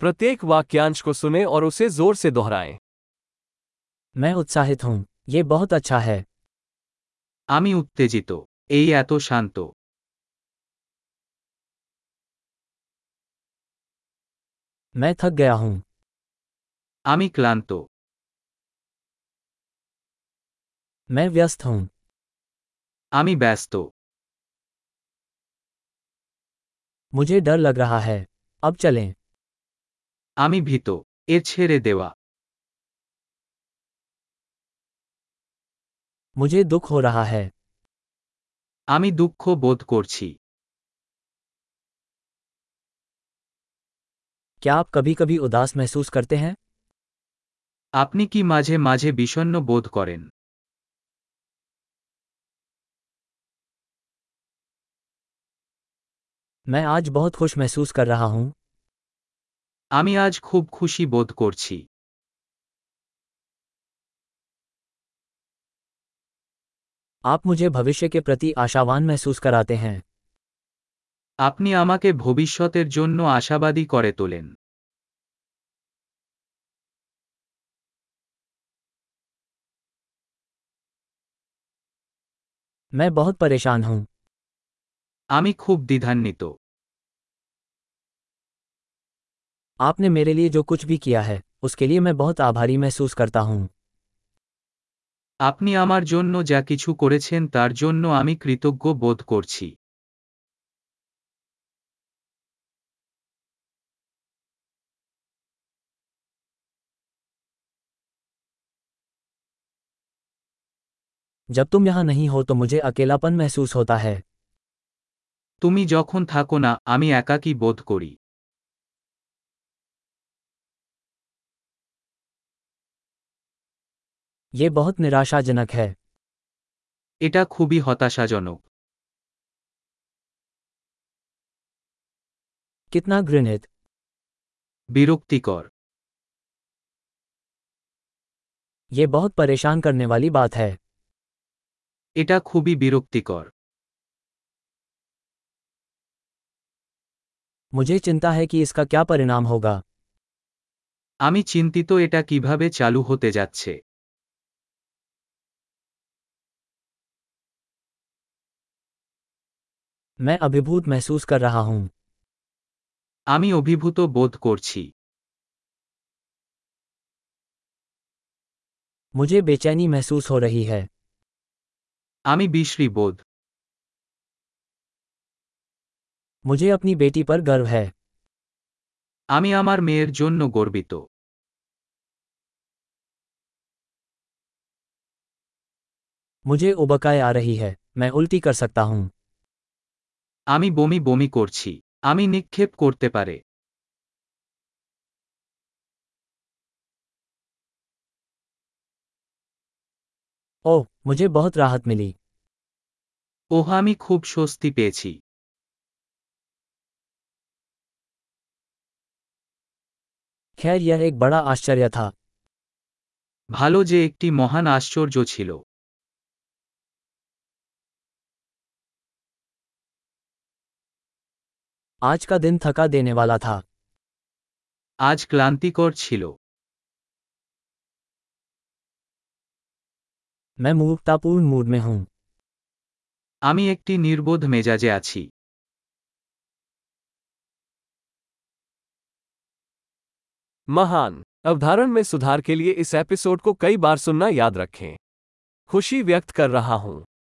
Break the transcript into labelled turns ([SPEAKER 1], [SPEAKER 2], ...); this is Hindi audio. [SPEAKER 1] प्रत्येक वाक्यांश को सुने और उसे जोर से दोहराएं
[SPEAKER 2] मैं उत्साहित हूँ ये बहुत अच्छा है
[SPEAKER 3] আমি উত্তেজিত এই এত শান্ত
[SPEAKER 2] मैं थक गया हूँ
[SPEAKER 3] আমি ক্লান্ত
[SPEAKER 2] मैं व्यस्त हूँ
[SPEAKER 3] আমি ব্যস্ত
[SPEAKER 2] मुझे डर लग रहा है अब चलें
[SPEAKER 3] আমি ভীত এ ছেড়ে দেওয়া
[SPEAKER 2] मुझे दुख हो रहा है
[SPEAKER 3] আমি দুঃখ বোধ করছি
[SPEAKER 2] क्या आप कभी कभी उदास महसूस करते हैं
[SPEAKER 3] আপনি কি মাঝে মাঝে বিষণ্ণ বোধ করেন
[SPEAKER 2] मैं आज बहुत खुश महसूस कर रहा हूँ
[SPEAKER 3] আমি আজ খুব খুশি বোধ করছি
[SPEAKER 2] आप मुझे भविष्य के प्रति आशावान महसूस कराते हैं
[SPEAKER 3] আপনি আমাকে ভবিষ্যতের জন্য আশাবাদী করে তোলেন
[SPEAKER 2] मैं बहुत परेशान हूँ
[SPEAKER 3] আমি খুব দ্বিধান্বিত
[SPEAKER 2] आपने मेरे लिए जो कुछ भी किया है उसके लिए मैं बहुत आभारी महसूस करता हूँ
[SPEAKER 3] আপনি আমার জন্য যা কিছু করেছেন তার জন্য আমি কৃতজ্ঞ বোধ করছি
[SPEAKER 2] जब तुम यहाँ नहीं हो तो मुझे अकेलापन महसूस होता है
[SPEAKER 3] তুমি যখন থাকো না আমি একাকী বোধ করি
[SPEAKER 2] ये बहुत निराशाजनक है
[SPEAKER 3] এটা খুবই হতাশাজনক
[SPEAKER 2] कितना घृणित
[SPEAKER 3] বিরক্তিকর
[SPEAKER 2] ये बहुत परेशान करने वाली बात है
[SPEAKER 3] এটা খুবই বিরক্তিকর
[SPEAKER 2] मुझे चिंता है कि इसका क्या परिणाम होगा
[SPEAKER 3] আমি চিন্তিত এটা কিভাবে চালু হতে যাচ্ছে
[SPEAKER 2] मैं अभिभूत महसूस कर रहा हूँ
[SPEAKER 3] আমি অভিভূত বোধ করছি
[SPEAKER 2] मुझे बेचैनी महसूस हो रही है
[SPEAKER 3] আমি বিশ্রী বোধ
[SPEAKER 2] मुझे अपनी बेटी पर गर्व है
[SPEAKER 3] আমি আমার মেয়ের জন্য গর্বিত
[SPEAKER 2] मुझे उबकाई आ रही है मैं उल्टी कर सकता हूँ
[SPEAKER 3] আমি বমি বমি করছি আমি নিক্ষেপ করতে পারে
[SPEAKER 2] ओह मुझे बहुत राहत मिली
[SPEAKER 3] ওহ আমি খুব স্বস্তি পেয়েছি
[SPEAKER 2] खैर यह एक बड़ा आश्चर्य था
[SPEAKER 3] ভালো যে একটি মহান আশ্চর্য ছিল
[SPEAKER 2] आज का दिन थका देने वाला था
[SPEAKER 3] আজ ক্লান্তিকর ছিল
[SPEAKER 2] मैं मूर्खतापूर्ण मूड में हूँ
[SPEAKER 3] আমি একটি নির্বোধ মেজাজে আছি
[SPEAKER 1] महान अवधारण में सुधार के लिए इस एपिसोड को कई बार सुनना याद रखें खुशी व्यक्त कर रहा हूं